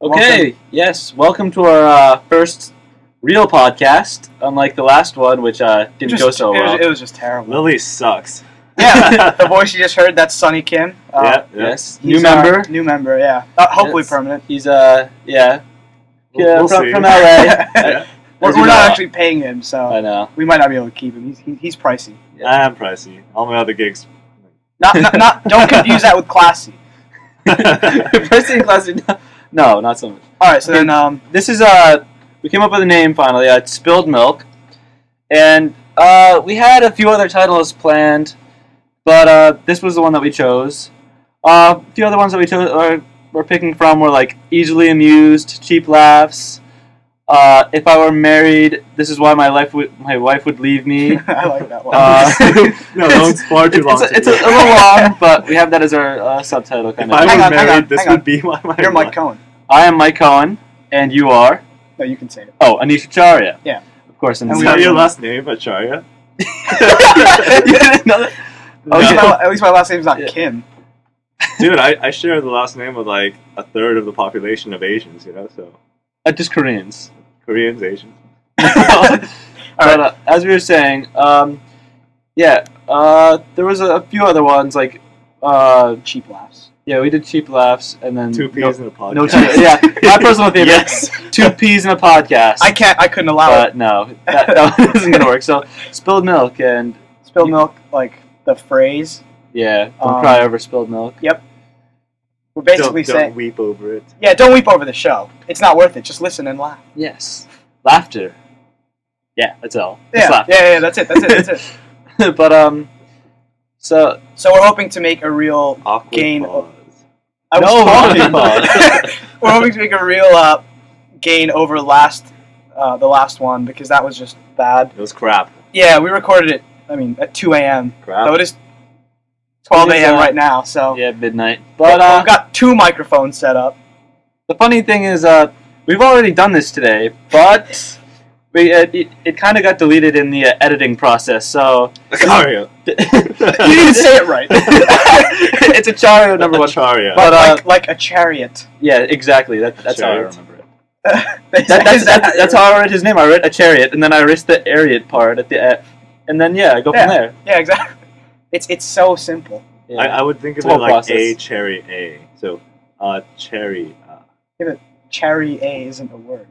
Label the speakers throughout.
Speaker 1: Okay, yes, welcome to our uh, first real podcast, unlike the last one, which uh, didn't
Speaker 2: Just-
Speaker 1: go so
Speaker 2: it
Speaker 1: well.
Speaker 2: Was, it was just terrible.
Speaker 3: Lily sucks.
Speaker 2: yeah, the voice you just heard, that's Sonny Kim. Uh,
Speaker 3: yeah, yeah.
Speaker 1: Uh, yes, new
Speaker 2: he's
Speaker 1: member.
Speaker 2: our New member, yeah. Uh, hopefully
Speaker 1: Yes.
Speaker 2: permanent.
Speaker 1: He's, uh, yeah,
Speaker 3: We'll-
Speaker 1: yeah
Speaker 3: we'll
Speaker 1: from,
Speaker 3: see.
Speaker 1: from LA.
Speaker 3: Yeah.
Speaker 2: we're
Speaker 1: As you
Speaker 2: we're
Speaker 1: know,
Speaker 2: not actually paying him, so
Speaker 1: I know.
Speaker 2: we might not be able to keep him. He's, he, he's pricey.
Speaker 3: I am pricey. All my other gigs.
Speaker 2: Not, not, not, don't confuse that with classy.
Speaker 3: Uh,
Speaker 1: first in class, no, not so much.
Speaker 2: All right, so then, um,
Speaker 1: This is, uh, we came up with a name finally, uh, it's Spilled Milk. And, uh, we had a few other titles planned, but, uh, this was the one that we chose. Uh, a few other ones that we chose, or we're picking from were, like, Easily Amused, Cheap Laughs, uh, If I Were Married, This Is Why My Life Would, My Wife Would Leave Me.
Speaker 2: I like that one.
Speaker 1: Uh,
Speaker 3: no, that one's far too
Speaker 1: it's,
Speaker 3: long.
Speaker 1: it's, a,
Speaker 3: to
Speaker 1: it's a
Speaker 3: do.
Speaker 1: little long, but we have that as our uh, subtitle,
Speaker 3: if
Speaker 1: kind
Speaker 3: I
Speaker 1: of.
Speaker 3: were
Speaker 2: Hang on, hang
Speaker 3: married,
Speaker 2: on,
Speaker 3: this
Speaker 2: hang on.
Speaker 3: would be my. my
Speaker 2: You're Mike Cohen.
Speaker 1: I am Mike Cohen, and you are?
Speaker 2: No, you can say it.
Speaker 1: Oh, Anish Acharya.
Speaker 2: Yeah.
Speaker 1: Of course, and
Speaker 2: And
Speaker 3: Is
Speaker 2: we
Speaker 3: that
Speaker 2: have
Speaker 3: your
Speaker 2: one.
Speaker 3: last name, Acharya?
Speaker 1: you didn't know that?
Speaker 2: At least,
Speaker 1: Okay.
Speaker 2: my, at least my last name's not
Speaker 1: Oh, Yeah.
Speaker 2: Kim.
Speaker 3: Dude, I, I share the last name with like a third of the population of Asians, you know, so
Speaker 1: Uh, just Koreans.
Speaker 3: Koreans, Asians.
Speaker 1: but, uh, as we were saying, um, yeah, uh, there was a, a few other ones like, uh,
Speaker 2: Cheap laughs.
Speaker 1: yeah, we did cheap laughs and then
Speaker 2: Mm,
Speaker 3: Two
Speaker 1: no,
Speaker 3: peas in a podcast.
Speaker 1: no cheap- yeah, my personal favorite.
Speaker 3: Yes.
Speaker 1: Two peas in a podcast.
Speaker 2: I can't, I couldn't allow it.
Speaker 1: but no, that, that isn't gonna work. So spilled milk and
Speaker 2: Spilled milk, like the phrase.
Speaker 1: yeah, don't
Speaker 2: Um,
Speaker 1: cry over spilled milk.
Speaker 2: We're
Speaker 3: Don't-
Speaker 2: basically
Speaker 3: don't,
Speaker 2: saying,
Speaker 3: weep over it.
Speaker 2: yeah, don't weep over the show. It's not worth it. Just listen and laugh.
Speaker 1: Yes, laughter. Yeah, that's all. Just
Speaker 2: Yeah,
Speaker 1: laugh.
Speaker 2: yeah, yeah, that's it, that's it, that's it.
Speaker 1: but um, so
Speaker 2: So we're hoping to make a real.
Speaker 3: Awkward
Speaker 2: Gain-
Speaker 3: pause.
Speaker 2: I was
Speaker 1: No,
Speaker 2: talking
Speaker 1: not
Speaker 2: about. we're hoping to make a real uh, gain over last, uh, the last one because that was just bad.
Speaker 3: It was crap.
Speaker 2: Yeah, we recorded it. I mean, at 2 a.m.
Speaker 3: Crap.
Speaker 2: So it is 12
Speaker 1: It is,
Speaker 2: a.m.
Speaker 1: uh,
Speaker 2: right now. So
Speaker 1: yeah, midnight. But uh,
Speaker 2: we've got two microphones set up.
Speaker 1: the funny thing is, uh, we've already done this today, but we uh, it, it kind of got deleted in the uh, editing process. So
Speaker 3: Acharya.
Speaker 2: You didn't say it right.
Speaker 1: it's a chariot number one.
Speaker 3: Acharya.
Speaker 1: But, uh,
Speaker 2: like, like a chariot.
Speaker 1: Yeah, exactly. That, that's
Speaker 3: Sure,
Speaker 1: how I
Speaker 3: I
Speaker 1: remember.
Speaker 3: remember it.
Speaker 1: That, that's, that's, that's how I read his name. I read a chariot, and then I erased the ariot part at the uh, and then yeah, I go
Speaker 2: Yeah.
Speaker 1: from there.
Speaker 2: Yeah, exactly. It's it's so simple.
Speaker 1: Yeah.
Speaker 3: I, I would think of
Speaker 1: It's a
Speaker 3: it
Speaker 1: whole
Speaker 3: like
Speaker 1: process.
Speaker 3: a cherry A. So, uh, cherry. Uh,
Speaker 2: Cherry A isn't a word,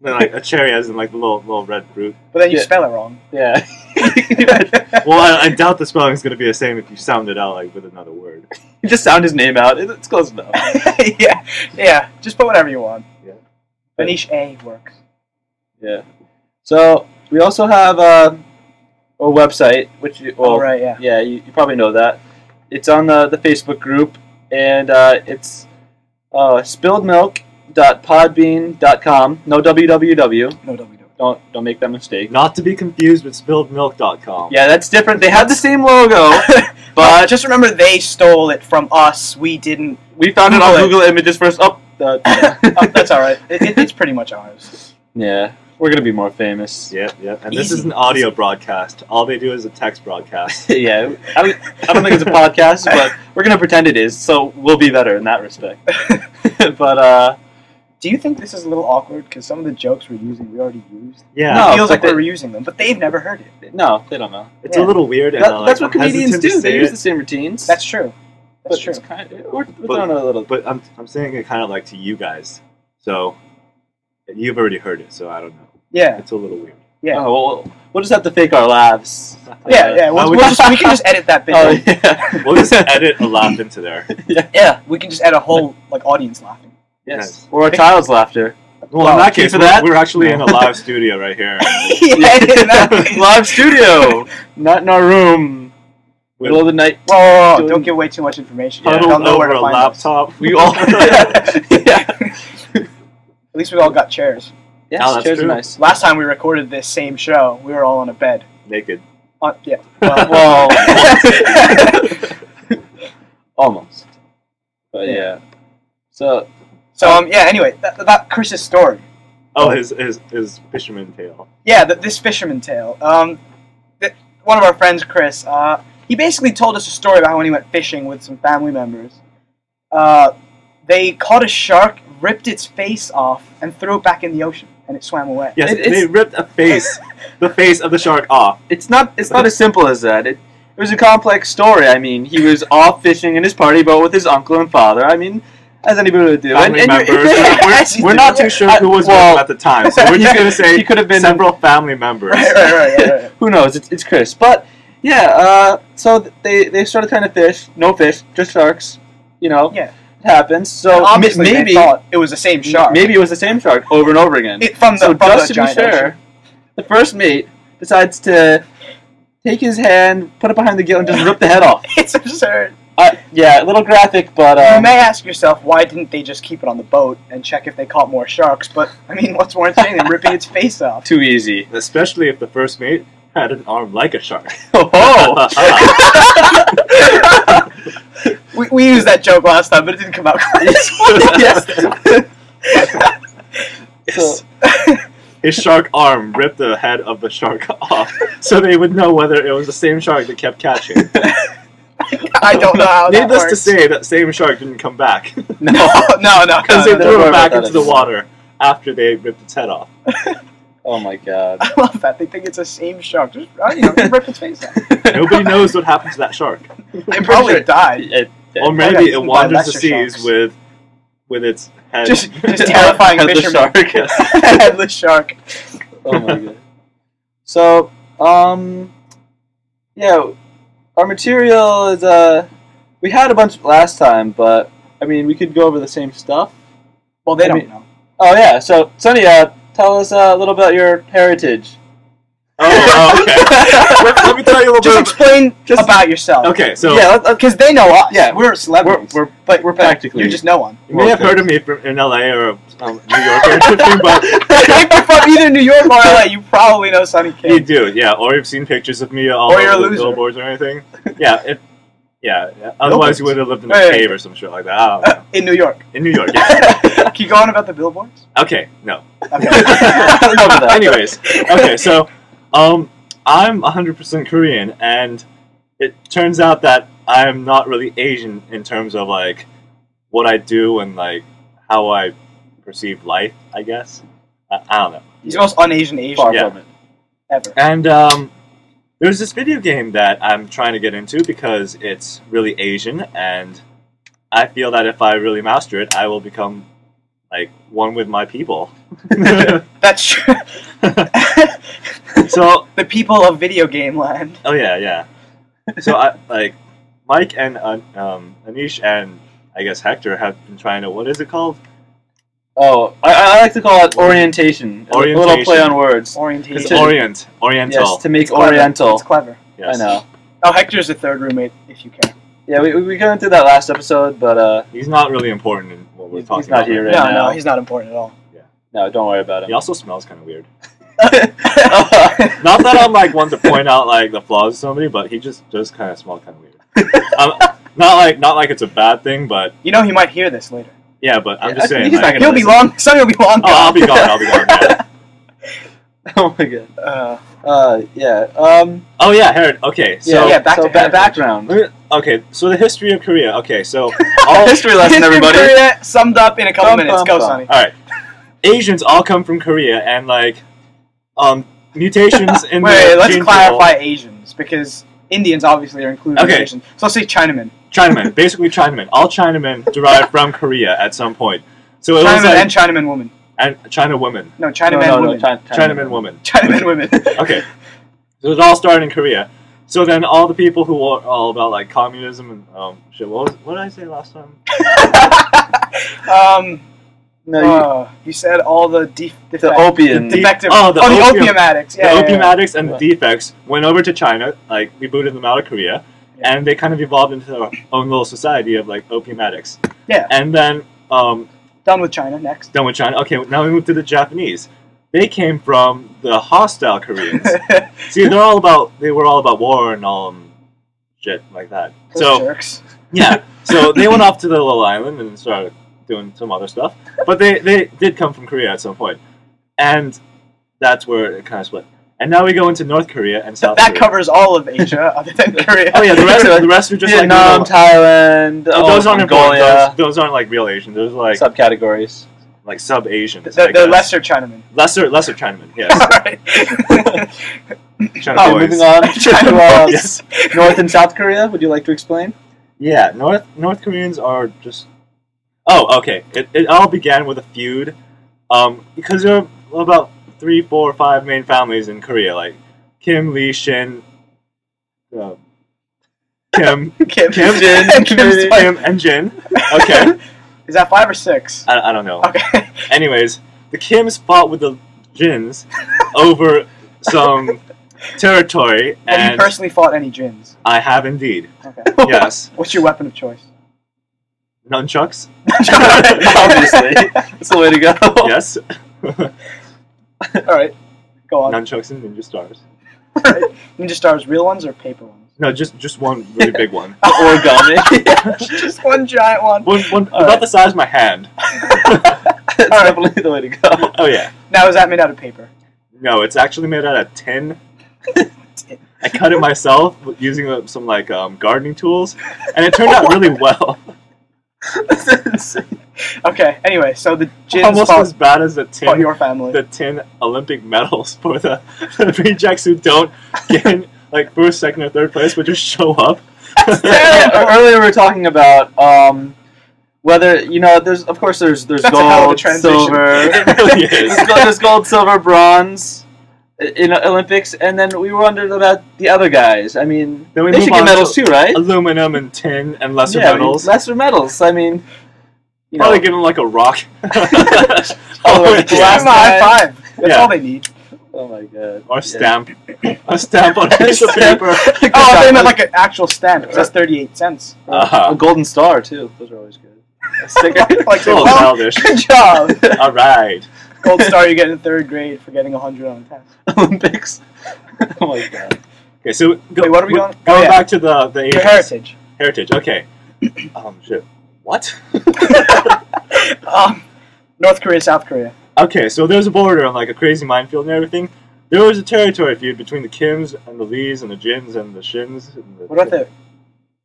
Speaker 3: no, like a cherry as in like the little little red fruit.
Speaker 2: but then you
Speaker 1: Yeah.
Speaker 2: spell it wrong.
Speaker 1: yeah.
Speaker 3: Well, I, I doubt the spelling is going to be the same if you sound it out like with another word.
Speaker 1: You just sound his name out. It, it's close enough.
Speaker 2: yeah, yeah. Just put whatever you want.
Speaker 3: Yeah.
Speaker 2: Anish A works.
Speaker 1: Yeah. So we also have uh, a website, which you, well,
Speaker 2: All right. Yeah.
Speaker 1: yeah, you, you probably know that. It's on the, the Facebook group, and uh, it's uh, spilledmilk.podbean.com. No www.
Speaker 2: No WW.
Speaker 1: Don't don't make that mistake.
Speaker 3: Not to be confused with spilledmilk.com.
Speaker 1: Yeah, that's different. They had the same logo, but
Speaker 2: just remember they stole it from us. We didn't.
Speaker 1: we found it on
Speaker 2: Google
Speaker 1: Google Images first. Up.
Speaker 2: Oh,
Speaker 1: Oh,
Speaker 2: that's all right. It, it, it's pretty much ours.
Speaker 1: yeah, we're gonna be more famous.
Speaker 3: Yep, yep. And this
Speaker 2: Easy.
Speaker 3: is an audio broadcast. All they do is a text broadcast.
Speaker 1: yeah, I don't, I don't think it's a podcast, but we're gonna pretend it is, so we'll be better in that respect. but uh,
Speaker 2: Do you think this is a little awkward because some of the jokes we're using we already used?
Speaker 3: Yeah,
Speaker 1: No,
Speaker 2: it feels like
Speaker 1: but
Speaker 2: we're reusing them, but they've never heard it.
Speaker 1: no, they don't know.
Speaker 3: it's
Speaker 2: yeah.
Speaker 3: a little weird. And
Speaker 1: That-
Speaker 3: uh, like,
Speaker 1: that's what
Speaker 3: I'm
Speaker 1: comedians
Speaker 3: hesitant to
Speaker 1: do. They
Speaker 3: say
Speaker 1: use
Speaker 3: it,
Speaker 1: the same routines.
Speaker 2: That's true. That's
Speaker 1: but
Speaker 2: true.
Speaker 1: It's kind of, we're we're
Speaker 3: But-
Speaker 1: throwing out a little.
Speaker 3: But I'm, I'm saying it kind of like to you guys. So you've already heard it, so I don't know.
Speaker 2: Yeah.
Speaker 3: It's a little weird.
Speaker 2: Yeah.
Speaker 1: Oh, well, we'll, we'll just have to fake our laughs.
Speaker 2: Yeah, yeah.
Speaker 3: I
Speaker 2: We'll,
Speaker 3: would
Speaker 2: we'll
Speaker 3: just-
Speaker 2: just, we can just edit that bit.
Speaker 1: Uh, Oh,
Speaker 2: in.
Speaker 1: yeah.
Speaker 3: We'll just edit a laugh into there.
Speaker 2: yeah. We can just add a whole like audience laughing.
Speaker 1: yes. Or a child's laughter.
Speaker 3: Well, in that
Speaker 1: Keep
Speaker 3: case,
Speaker 1: for
Speaker 3: we're,
Speaker 1: that?
Speaker 3: we're actually in
Speaker 1: No.
Speaker 3: a live studio right here.
Speaker 2: yeah. exactly. Whoa,
Speaker 1: Live studio, not in our room.
Speaker 3: With
Speaker 1: Middle of the night.
Speaker 2: whoa, whoa,
Speaker 1: Doing-
Speaker 2: don't give away too much information.
Speaker 3: yeah,
Speaker 2: They'll know where to
Speaker 3: over a
Speaker 2: find us.
Speaker 3: laptop.
Speaker 1: We all. yeah.
Speaker 2: At least we all got chairs.
Speaker 1: Yes,
Speaker 3: Oh, that's
Speaker 1: chairs are
Speaker 3: true.
Speaker 1: nice.
Speaker 2: Last time we recorded this same show, we were all on a bed.
Speaker 3: naked.
Speaker 2: On, yeah.
Speaker 1: Well,
Speaker 2: Well,
Speaker 1: almost. But yeah. So
Speaker 2: so um, yeah. Anyway, that, about Chris's story.
Speaker 3: Oh, his his his fisherman tail.
Speaker 2: Yeah, th this fisherman tale. Um, th- one of our friends, Chris, uh, he basically told us a story about when he went fishing with some family members. Uh, they caught a shark, ripped its face off, and threw it back in the ocean, and it swam away.
Speaker 3: Yes,
Speaker 1: It-
Speaker 3: they
Speaker 1: it's-
Speaker 3: ripped a face, the face of the shark off.
Speaker 1: It's not. It's not as simple as that. It, it was a complex story. I mean, he was off fishing in his party boat with his uncle and father. I mean, as anybody would do. And-
Speaker 3: Family
Speaker 1: and
Speaker 3: members.
Speaker 1: you're-
Speaker 3: we're, we're not too sure who was with
Speaker 1: well,
Speaker 3: him at the time, so we're
Speaker 1: he
Speaker 3: just
Speaker 1: could-
Speaker 3: gonna say
Speaker 1: he could have been
Speaker 3: several family members.
Speaker 2: Right, right, right, right, right.
Speaker 1: who knows? It's, it's Chris. But yeah, uh, so th- they they started trying to fish. No fish, just sharks. You know.
Speaker 2: Yeah.
Speaker 1: It happens. So
Speaker 2: And
Speaker 1: m-
Speaker 2: obviously they
Speaker 1: maybe
Speaker 2: thought it was the same shark.
Speaker 1: maybe it was the same shark over and over again.
Speaker 2: It- from the
Speaker 1: so
Speaker 2: from
Speaker 1: just
Speaker 2: the
Speaker 1: to be
Speaker 2: giant ocean.
Speaker 1: sure, the first mate decides to take his hand, put it behind the gill, and just rip the head off.
Speaker 2: It's absurd.
Speaker 1: Uh, yeah, a little graphic, but
Speaker 2: you
Speaker 1: um,
Speaker 2: may ask yourself why didn't they just keep it on the boat and check if they caught more sharks? But I mean, what's more entertaining than ripping its face off?
Speaker 1: too easy.
Speaker 3: Especially if the first mate had an arm like a shark.
Speaker 1: Oh,
Speaker 3: Uh,
Speaker 2: We, we used that joke last time, but it didn't come out.
Speaker 1: yes.
Speaker 3: Yes. His shark arm ripped the head of the shark off, so they would know whether it was the same shark that kept catching.
Speaker 2: I don't know how Oh, that
Speaker 3: Needless to
Speaker 2: works.
Speaker 3: say, that same shark didn't come back because
Speaker 1: No.
Speaker 2: no, no, no,
Speaker 3: they
Speaker 1: don't
Speaker 2: no.
Speaker 3: threw
Speaker 1: worry
Speaker 3: it
Speaker 1: about
Speaker 3: back
Speaker 1: that
Speaker 3: into the
Speaker 1: anymore.
Speaker 3: water after they ripped its head off.
Speaker 1: Oh my god.
Speaker 2: I love that. They think it's the same shark. Just, uh, you know, just rip its face off.
Speaker 3: Nobody knows what happened to that shark,
Speaker 2: It probably died.
Speaker 1: It-
Speaker 3: or
Speaker 2: got
Speaker 3: maybe
Speaker 2: eaten by
Speaker 3: it wanders the
Speaker 2: lesser
Speaker 3: seas
Speaker 2: sharks.
Speaker 3: with with its head.
Speaker 2: Just, just
Speaker 1: Head-
Speaker 2: terrifying
Speaker 1: headless
Speaker 2: fisherman.
Speaker 1: shark,
Speaker 3: yes.
Speaker 2: headless shark.
Speaker 1: oh my god. So, um, yeah, our material is uh, we had a bunch last time, but I mean, we could go over the same stuff.
Speaker 2: Well, they
Speaker 1: I
Speaker 2: don't
Speaker 1: mean-
Speaker 2: know.
Speaker 1: Oh yeah. So, Sonny, uh, tell us uh, a little about your heritage.
Speaker 3: oh, okay. let, let me tell you a little
Speaker 2: Just
Speaker 3: bit.
Speaker 2: explain
Speaker 1: just-
Speaker 2: about yourself.
Speaker 3: Of, okay, so
Speaker 1: yeah, uh, let, let-
Speaker 2: Because they know uh, us.
Speaker 1: Yeah,
Speaker 2: we're
Speaker 1: we're
Speaker 2: celebrities.
Speaker 1: we're
Speaker 2: but
Speaker 1: we're
Speaker 2: but
Speaker 1: practically-
Speaker 2: You're just no one.
Speaker 3: you may have heard of me from in LA or um, New York or something, but
Speaker 2: if you're from either New York or LA, you probably know Sonny
Speaker 3: You
Speaker 2: King.
Speaker 3: do, yeah. Or you've seen pictures of me all
Speaker 2: Or you're a
Speaker 3: over the
Speaker 2: loser.
Speaker 3: billboards or anything. Yeah, it, yeah. yeah. Otherwise, you would have lived in a
Speaker 2: Hey.
Speaker 3: cave or some shit like that. I don't know.
Speaker 2: In New York.
Speaker 3: In New York, yeah.
Speaker 2: Can you go on about the billboards?
Speaker 3: Okay, no.
Speaker 2: Okay.
Speaker 1: Enough of that.
Speaker 3: Anyways, okay, so um, I'm 100% Korean, and it turns out that I'm not really Asian in terms of like what I do and like how I perceive life. I guess I, I don't know.
Speaker 2: He's the most un-Asian Asian
Speaker 1: far
Speaker 3: Yeah.
Speaker 1: from it.
Speaker 2: ever.
Speaker 3: And um, there's this video game that I'm trying to get into because it's really Asian, and I feel that if I really master it, I will become like one with my people.
Speaker 2: That's true.
Speaker 3: so,
Speaker 2: the people of video game land.
Speaker 3: oh yeah, yeah. So I like Mike and uh, um, Anish and I guess Hector have been trying to. What is it called?
Speaker 1: Oh, I, I like to call it orientation. A little play on
Speaker 3: Orientation.
Speaker 1: words.
Speaker 3: It's
Speaker 2: Orientation.
Speaker 1: It's-
Speaker 3: Orient, Oriental.
Speaker 1: Yes, to make
Speaker 2: It's clever.
Speaker 1: oriental.
Speaker 2: It's clever.
Speaker 3: Yes.
Speaker 1: I know.
Speaker 2: Oh, Hector's the third roommate, if you care.
Speaker 1: Yeah, we, we- we kind of did that last episode, but uh,
Speaker 3: He's not really important in what we're
Speaker 1: He's
Speaker 3: talking
Speaker 1: not
Speaker 3: about.
Speaker 1: here
Speaker 3: right
Speaker 1: Right
Speaker 2: no,
Speaker 1: now.
Speaker 2: no, he's not important at all.
Speaker 1: no, don't worry about
Speaker 3: now.
Speaker 1: it.
Speaker 3: He also smells kind of weird.
Speaker 1: Uh,
Speaker 3: Not that I'm like one to point out like the flaws of somebody, but he just does kind of smell kind of weird. Um, not like not like it's a bad thing, but
Speaker 2: You know he might hear this later.
Speaker 3: yeah. But I'm
Speaker 1: Yeah,
Speaker 3: just
Speaker 1: I
Speaker 3: saying.
Speaker 1: think he's
Speaker 3: like,
Speaker 1: not
Speaker 2: He'll be long. Sonny will be long.
Speaker 3: oh, I'll be gone. I'll be gone. yeah.
Speaker 1: oh my god.
Speaker 2: Uh,
Speaker 1: Uh, yeah. Um,
Speaker 3: Oh yeah, Herod. Okay,
Speaker 1: yeah,
Speaker 3: so
Speaker 2: yeah, back
Speaker 1: so
Speaker 2: to
Speaker 1: ba-
Speaker 2: heritage.
Speaker 1: background.
Speaker 3: let me- okay, so the history of Korea. Okay, so all
Speaker 1: History lesson,
Speaker 2: history of
Speaker 1: everybody.
Speaker 2: Korea summed up in a couple
Speaker 1: Bum,
Speaker 2: minutes.
Speaker 1: bum,
Speaker 2: Go,
Speaker 1: bum.
Speaker 2: Sonny.
Speaker 3: all right, Asians all come from Korea, and like um mutations in
Speaker 2: Wait,
Speaker 3: the
Speaker 2: let's
Speaker 3: gene pool-
Speaker 2: clarify Asians because Indians obviously are included
Speaker 3: Okay.
Speaker 2: in Asians. So let's say Chinamen.
Speaker 3: Chinamen, basically Chinamen. All Chinamen derived from Korea at some point. So it
Speaker 2: Chinamen
Speaker 3: was like
Speaker 2: and Chinaman woman.
Speaker 3: and China women,
Speaker 2: No, Chinaman
Speaker 1: no, no,
Speaker 2: woman.
Speaker 1: No, China,
Speaker 3: Chinaman women.
Speaker 2: Chinaman women.
Speaker 3: okay. So it all started in Korea. So then all the people who were all about like communism and um, shit. What was what did I say last time?
Speaker 2: um,
Speaker 1: No, you,
Speaker 2: uh, you said all the def-
Speaker 1: the
Speaker 2: defect-
Speaker 1: opium.
Speaker 3: the-
Speaker 2: defective.
Speaker 3: oh, the
Speaker 2: the
Speaker 3: opium-
Speaker 2: opium, addicts. Yeah,
Speaker 3: the
Speaker 2: yeah,
Speaker 3: opium
Speaker 2: yeah.
Speaker 3: addicts and the defects went over to China. Like we booted them out of Korea,
Speaker 2: Yeah.
Speaker 3: and they kind of evolved into their own little society of like opium addicts.
Speaker 2: Yeah.
Speaker 3: And then um,
Speaker 2: Done with China. Next.
Speaker 3: done with China. Okay, now we move to the Japanese. They came from the hostile Koreans. See, they're all about they were all about war and all um, shit like that.
Speaker 2: Those
Speaker 3: so.
Speaker 2: jerks.
Speaker 3: Yeah. So they went off to the little island and started doing some other stuff. But they, they did come from Korea at some point. And that's where it kind of split. And now we go into North Korea and South.
Speaker 2: that
Speaker 3: Korea.
Speaker 2: covers all of Asia other than Korea.
Speaker 3: Oh yeah, the rest the rest are just like
Speaker 1: Vietnam,
Speaker 3: little-
Speaker 1: Thailand,
Speaker 3: Oh, those
Speaker 1: oh,
Speaker 3: aren't important. Those,
Speaker 1: Mongolia,
Speaker 3: those aren't like real Asian. Those are like
Speaker 1: subcategories.
Speaker 3: like sub Asian.
Speaker 2: The, the lesser Chinamen.
Speaker 3: lesser lesser Chinamen. Yes,
Speaker 2: Alright.
Speaker 3: China
Speaker 1: Okay,
Speaker 3: boys.
Speaker 1: moving on to
Speaker 2: China
Speaker 1: uh,
Speaker 3: Yes.
Speaker 1: North and South Korea. Would you like to explain?
Speaker 3: Yeah, North North Koreans are just. Oh, okay. It, it all began with a feud, um, because there are about three, four, five main families in Korea, like Kim, Lee, Shin, uh, Kim,
Speaker 2: Kim.
Speaker 3: Kim Jin,
Speaker 2: Kim
Speaker 3: Kim,
Speaker 2: Jin.
Speaker 3: and Jin. Okay,
Speaker 2: Is that five or six?
Speaker 3: I, I don't know.
Speaker 2: Okay.
Speaker 3: Anyways, the Kims fought with the Jins over some territory,
Speaker 2: Have you
Speaker 3: and
Speaker 2: personally fought any Jins?
Speaker 3: I have indeed.
Speaker 2: Okay.
Speaker 3: Yes,
Speaker 2: What's your weapon of choice?
Speaker 3: nunchucks.
Speaker 1: Obviously, that's the way to go.
Speaker 3: Yes,
Speaker 2: All right. Go on.
Speaker 3: nunchucks and ninja stars.
Speaker 2: Ninja Stars, real ones or paper ones?
Speaker 3: No, just just one really big one.
Speaker 1: The origami.
Speaker 2: Just one giant one.
Speaker 3: One, one
Speaker 1: All
Speaker 3: about
Speaker 1: right.
Speaker 3: the size of my hand.
Speaker 1: that's definitely the way to go.
Speaker 3: Oh yeah.
Speaker 2: Now, is that made out of paper?
Speaker 3: No, it's actually made out of tin. I cut it myself with- using uh, some like um, gardening tools, and it turned out really well.
Speaker 1: That's insane.
Speaker 2: Okay. Anyway, so the Jins
Speaker 3: Almost
Speaker 2: fought,
Speaker 3: as bad as the
Speaker 2: fought
Speaker 3: tin
Speaker 2: your family.
Speaker 3: the tin Olympic medals for the, the rejects who don't get like first, second, or third place, but just show up.
Speaker 1: Earlier earlier we were talking about um, whether you know. There's of course there's there's
Speaker 2: That's a hell of a
Speaker 1: gold,
Speaker 2: transition.
Speaker 1: silver.
Speaker 3: it really is.
Speaker 1: there's, gold, there's gold, silver, bronze i- in Olympics, and then we wondered about the other guys. I mean,
Speaker 3: Then we
Speaker 1: they
Speaker 3: move
Speaker 1: should
Speaker 3: on
Speaker 1: get medals
Speaker 3: to
Speaker 1: too, right?
Speaker 3: aluminum and tin and lesser
Speaker 1: yeah, I mean,
Speaker 3: metals.
Speaker 1: lesser medals. I mean, you
Speaker 3: Probably
Speaker 1: know,
Speaker 3: give them like a rock.
Speaker 1: Oh,
Speaker 3: Or a
Speaker 1: yeah.
Speaker 2: Last
Speaker 3: stamp.
Speaker 2: high five. That's
Speaker 3: Yeah.
Speaker 2: all they need.
Speaker 1: oh my god,
Speaker 3: Or
Speaker 1: Yeah.
Speaker 3: a stamp. A stamp on a piece of
Speaker 1: Stamp.
Speaker 3: paper.
Speaker 1: Good
Speaker 2: Oh, I thought
Speaker 1: job.
Speaker 2: you meant like an actual stamp. 'cause That's thirty-eight cents.
Speaker 1: a
Speaker 3: Uh-huh.
Speaker 1: golden star too. Those are always good. A sticker.
Speaker 2: like,
Speaker 3: Little
Speaker 2: well,
Speaker 3: childish.
Speaker 2: good job.
Speaker 3: All right.
Speaker 2: Gold star you get in third grade for getting hundred on a test.
Speaker 1: Olympics. oh my god.
Speaker 3: Okay, so go,
Speaker 2: Wait, what are we
Speaker 3: go-
Speaker 2: going-
Speaker 3: Going
Speaker 2: oh, yeah.
Speaker 3: back to the the
Speaker 2: Your
Speaker 3: Asians.
Speaker 2: heritage.
Speaker 3: Heritage, Okay. um, shit. What?
Speaker 2: Um, North Korea, South Korea.
Speaker 3: Okay, so there's a border on like a crazy minefield and everything. There was a territory feud between the Kims and the Lees and the Jins and the Shins. And the,
Speaker 2: What about the?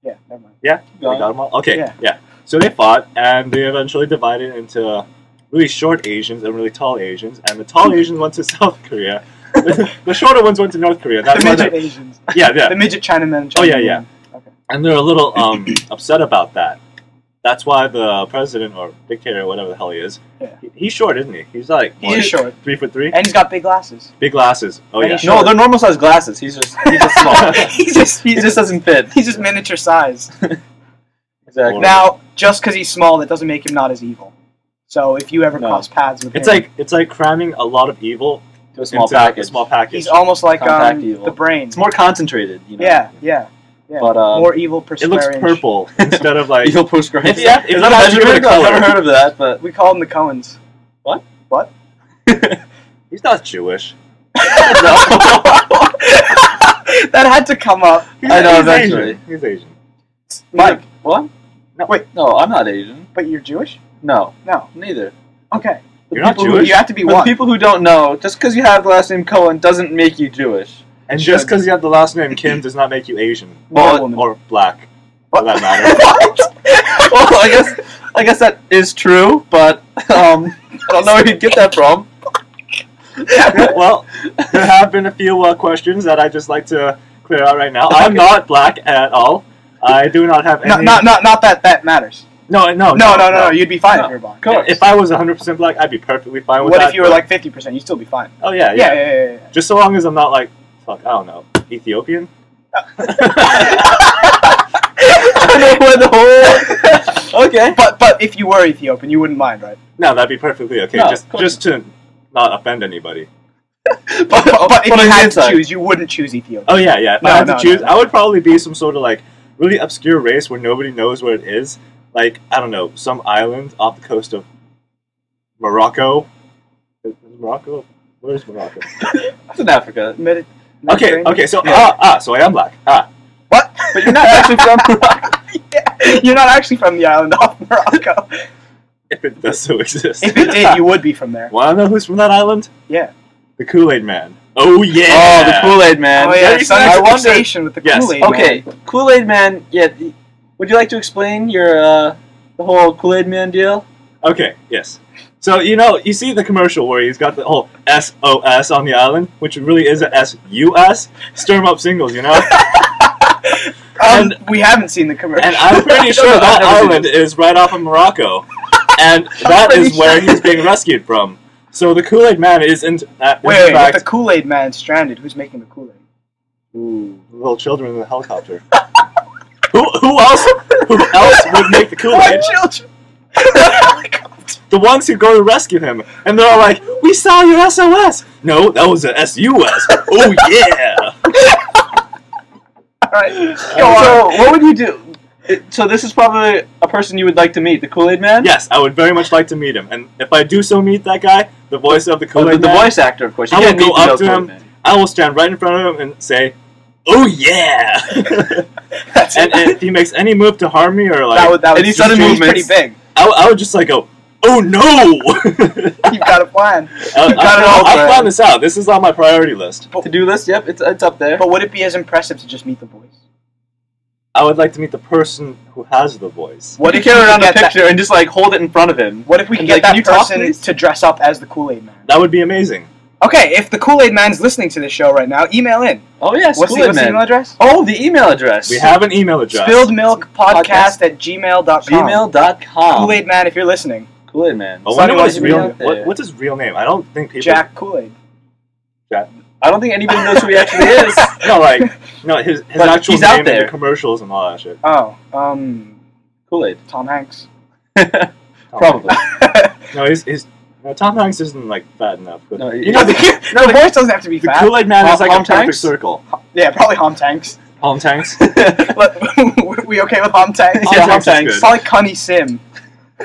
Speaker 2: Yeah, never mind.
Speaker 3: Yeah, we got 'em all. Okay,
Speaker 2: Yeah.
Speaker 3: yeah. So they fought, and they eventually divided into really short Asians and really tall Asians. And the tall Asians went to South Korea. the, the shorter ones went to North Korea.
Speaker 2: The
Speaker 3: That's why.
Speaker 2: midget
Speaker 3: they-
Speaker 2: Asians.
Speaker 3: Yeah, yeah.
Speaker 2: The midget Chinamen. and
Speaker 3: Oh, yeah,
Speaker 2: Chinamen.
Speaker 3: yeah. and they're a little um, upset about that. That's why the president or dictator, whatever the hell he is,
Speaker 2: Yeah.
Speaker 3: he- he's short, isn't he? He's like
Speaker 2: He
Speaker 3: what,
Speaker 2: is short,
Speaker 3: three foot three,
Speaker 2: and he's got big glasses.
Speaker 3: big glasses. Oh
Speaker 2: And
Speaker 3: yeah,
Speaker 2: he's
Speaker 1: No, they're normal sized glasses. He's just he's just small.
Speaker 2: he's just
Speaker 1: he
Speaker 2: he's
Speaker 1: just
Speaker 2: just
Speaker 1: doesn't fit.
Speaker 2: he's just miniature size.
Speaker 1: Exactly.
Speaker 2: Now, just because he's small, that doesn't make him not as evil. So if you ever
Speaker 1: No.
Speaker 2: cross paths with
Speaker 3: it's
Speaker 2: him,
Speaker 3: like it's like cramming a lot of evil
Speaker 1: to a small
Speaker 3: into
Speaker 1: package.
Speaker 3: a small package.
Speaker 2: he's almost like
Speaker 1: Compact
Speaker 2: um,
Speaker 1: evil.
Speaker 2: the brain.
Speaker 1: It's more concentrated. You know.
Speaker 2: yeah, yeah, yeah.
Speaker 1: But um,
Speaker 2: More evil per
Speaker 3: it looks
Speaker 2: square inch.
Speaker 3: purple instead of like
Speaker 1: evil post grind.
Speaker 3: If you- if you
Speaker 1: is that a
Speaker 3: guys are
Speaker 1: measurement?
Speaker 3: gonna
Speaker 1: I've never
Speaker 3: color-
Speaker 1: heard of that, but
Speaker 2: We call him the Coens.
Speaker 3: he's not Jewish.
Speaker 2: that had to come up.
Speaker 3: He's,
Speaker 1: I know,
Speaker 3: he's
Speaker 1: eventually.
Speaker 3: Asian. He's Asian.
Speaker 2: Mike,
Speaker 1: Mike, what?
Speaker 3: No.
Speaker 1: wait, no, I'm not Asian.
Speaker 2: but you're Jewish?
Speaker 1: No,
Speaker 2: No.
Speaker 1: neither.
Speaker 2: Okay.
Speaker 1: The
Speaker 3: You're not
Speaker 1: people who-
Speaker 3: Jewish?
Speaker 2: You have to be
Speaker 1: For the
Speaker 2: one.
Speaker 1: people who don't know, just because you have the last name Cohen doesn't make you Jewish.
Speaker 3: And
Speaker 2: Should.
Speaker 3: just because you have the last name Kim does not make you Asian
Speaker 2: Or
Speaker 3: or,
Speaker 2: woman.
Speaker 3: or black for that matter.
Speaker 1: what? well, I guess I guess that is true, but um, I don't know where you'd get that from.
Speaker 3: well, there have been a few uh, questions that I just like to clear out right now. I'm not black at all. I do not have any.
Speaker 2: Not, not, not, not that that matters.
Speaker 3: no, no, no,
Speaker 2: no, no, no, You'd be fine
Speaker 1: No.
Speaker 2: if you were black.
Speaker 1: Go- course.
Speaker 3: If I was 100% black, I'd be perfectly fine with
Speaker 2: What
Speaker 3: that.
Speaker 2: if you were like
Speaker 3: but-
Speaker 2: 50%? You'd still be fine.
Speaker 3: Oh yeah,
Speaker 2: Yeah, yeah,
Speaker 3: yeah,
Speaker 2: yeah. yeah, yeah.
Speaker 3: Just so long as I'm not like, fuck, I don't know, Ethiopian.
Speaker 1: I don't know where the whole. Okay.
Speaker 2: But, but if you were Ethiopian, you wouldn't mind, right?
Speaker 3: No, that'd be perfectly okay.
Speaker 1: No,
Speaker 3: just,
Speaker 1: of course
Speaker 3: just to not offend anybody.
Speaker 1: But,
Speaker 2: But, but if
Speaker 1: on
Speaker 2: you
Speaker 1: the
Speaker 2: had to
Speaker 1: inside.
Speaker 2: choose, you wouldn't choose Ethiopia.
Speaker 3: Oh yeah, yeah. If
Speaker 2: No,
Speaker 3: I had
Speaker 2: no,
Speaker 3: to choose,
Speaker 2: no,
Speaker 3: I would probably be some sort of like really obscure race where nobody knows what it is. Like I don't know, some island off the coast of Morocco. Is is Morocco? Where is Morocco?
Speaker 1: it's in Africa,
Speaker 2: Medi-
Speaker 3: Okay,
Speaker 2: Mediterranean?
Speaker 3: okay. So
Speaker 1: Yeah.
Speaker 3: ah, ah. So I am black. Ah,
Speaker 2: What?
Speaker 1: but you're not actually from.
Speaker 2: Yeah, You're not actually from the island off Morocco.
Speaker 3: if it does so exist.
Speaker 2: If it did, you would be from there.
Speaker 3: Want to know who's from that island?
Speaker 2: Yeah.
Speaker 3: The Kool Aid Man. Oh yeah.
Speaker 1: Oh, the Kool Aid Man.
Speaker 2: oh yeah,
Speaker 3: Very
Speaker 2: some
Speaker 3: nice. I
Speaker 1: wonder-
Speaker 2: fixation with the
Speaker 3: Yes.
Speaker 2: Kool-Aid.
Speaker 1: Okay, Kool Aid Man. Yeah, th- would you like to explain your uh, the whole Kool Aid Man deal?
Speaker 3: Okay, yes. So you know, you see the commercial where he's got the whole SOS on the island, which really is a SUS, stir 'em up singles, you know.
Speaker 2: man. Um, we haven't seen the commercial.
Speaker 3: And I'm pretty sure that island is right off of Morocco, and that
Speaker 2: pretty
Speaker 3: is where
Speaker 2: sure.
Speaker 3: he's being rescued from. So the Kool Aid Man is in, uh, is
Speaker 2: Wait, wait,
Speaker 3: in
Speaker 2: but
Speaker 3: fact
Speaker 2: the Kool-Aid man stranded. Who's making the Kool-Aid?
Speaker 3: Ooh, little children in the helicopter. who, who else? Who else would make the Kool
Speaker 2: Poor
Speaker 3: Aid?
Speaker 2: children.
Speaker 3: The ones who go to rescue him, and they're all like, "We saw your SOS." No, that was a SUS. oh yeah.
Speaker 2: All right.
Speaker 1: So,
Speaker 2: Go on.
Speaker 1: what would you do? It- So, this is probably a person you would like to meet, the Kool Aid Man.
Speaker 3: Yes, I would very much like to meet him, and if I do so meet that guy, the voice of the
Speaker 1: Oh,
Speaker 3: Kool
Speaker 1: the,
Speaker 3: Aid
Speaker 1: the
Speaker 3: Man,
Speaker 1: voice actor, of course. You
Speaker 3: I would
Speaker 1: can't meet
Speaker 3: go
Speaker 1: the
Speaker 3: up
Speaker 1: real
Speaker 3: to
Speaker 1: Kool-Aid
Speaker 3: him.
Speaker 1: Man.
Speaker 3: I will stand right in front of him and say, "Oh yeah."
Speaker 2: That's
Speaker 3: and,
Speaker 2: it.
Speaker 3: and if he makes any move to harm me or like,
Speaker 2: that would that would
Speaker 1: Any
Speaker 2: he's
Speaker 1: sudden
Speaker 2: pretty
Speaker 1: movements?
Speaker 2: big.
Speaker 3: I, would- I would just like go, "Oh no."
Speaker 2: You've got a plan.
Speaker 3: I,
Speaker 1: You've got
Speaker 3: I,
Speaker 1: it all
Speaker 3: I
Speaker 1: planned.
Speaker 3: planned this out. This is on my priority list.
Speaker 1: To do list, yep, it's, it's up there.
Speaker 2: But would it be as impressive to just meet the boys?
Speaker 3: I would like to meet the person who has the voice.
Speaker 1: What
Speaker 2: What
Speaker 1: if
Speaker 2: if
Speaker 1: you carry
Speaker 2: we
Speaker 1: around a
Speaker 2: get that-
Speaker 1: picture and just like hold it in front of him?
Speaker 2: What if we can
Speaker 1: And
Speaker 2: get
Speaker 1: like,
Speaker 2: that
Speaker 1: can you talk,
Speaker 2: person
Speaker 1: please?
Speaker 2: to dress up as the Kool-Aid man?
Speaker 3: That would be amazing.
Speaker 2: Okay, if the Kool-Aid man's listening to this show right now, email in.
Speaker 1: Oh yes,
Speaker 2: What's, the,
Speaker 1: Kool Aid
Speaker 2: what's the
Speaker 1: Man.
Speaker 2: email address?
Speaker 1: oh, the email address.
Speaker 3: We have an email address.
Speaker 2: Spilled Milk Podcast
Speaker 1: Podcast.
Speaker 2: at gmail.com.
Speaker 1: Gmail.com.
Speaker 2: Kool-Aid man, if you're listening.
Speaker 1: Kool Aid Man.
Speaker 3: Oh, I wonder what his
Speaker 2: Somebody
Speaker 3: real
Speaker 2: wants
Speaker 1: to be out
Speaker 3: what,
Speaker 1: there.
Speaker 3: what's his real name. I don't think people.
Speaker 2: Jack Kool-Aid.
Speaker 1: I don't think anybody knows who he actually is.
Speaker 3: No, like no, his, his
Speaker 1: But
Speaker 3: actual
Speaker 1: he's
Speaker 3: name
Speaker 1: out
Speaker 3: in the
Speaker 1: there.
Speaker 3: commercials and all that shit.
Speaker 2: Oh, um,
Speaker 1: Kool Aid.
Speaker 2: Tom Hanks.
Speaker 3: Tom
Speaker 1: Probably.
Speaker 3: Hanks. No, he's, he's no, Tom Hanks isn't like fat enough. But,
Speaker 1: No, he-
Speaker 3: you know the,
Speaker 2: the, the voice doesn't have to be
Speaker 3: the
Speaker 2: fat.
Speaker 3: Kool Aid Man
Speaker 1: Hom-
Speaker 3: is like a
Speaker 1: Hom
Speaker 3: perfect
Speaker 1: Tanks?
Speaker 3: circle.
Speaker 2: yeah, probably Hom Tanks.
Speaker 3: Tom Tanks.
Speaker 2: Look, we okay with Hom Tanks?
Speaker 1: Yeah, Hom
Speaker 3: Tanks is
Speaker 1: Tanks.
Speaker 3: good.
Speaker 2: Probably Connie Sim.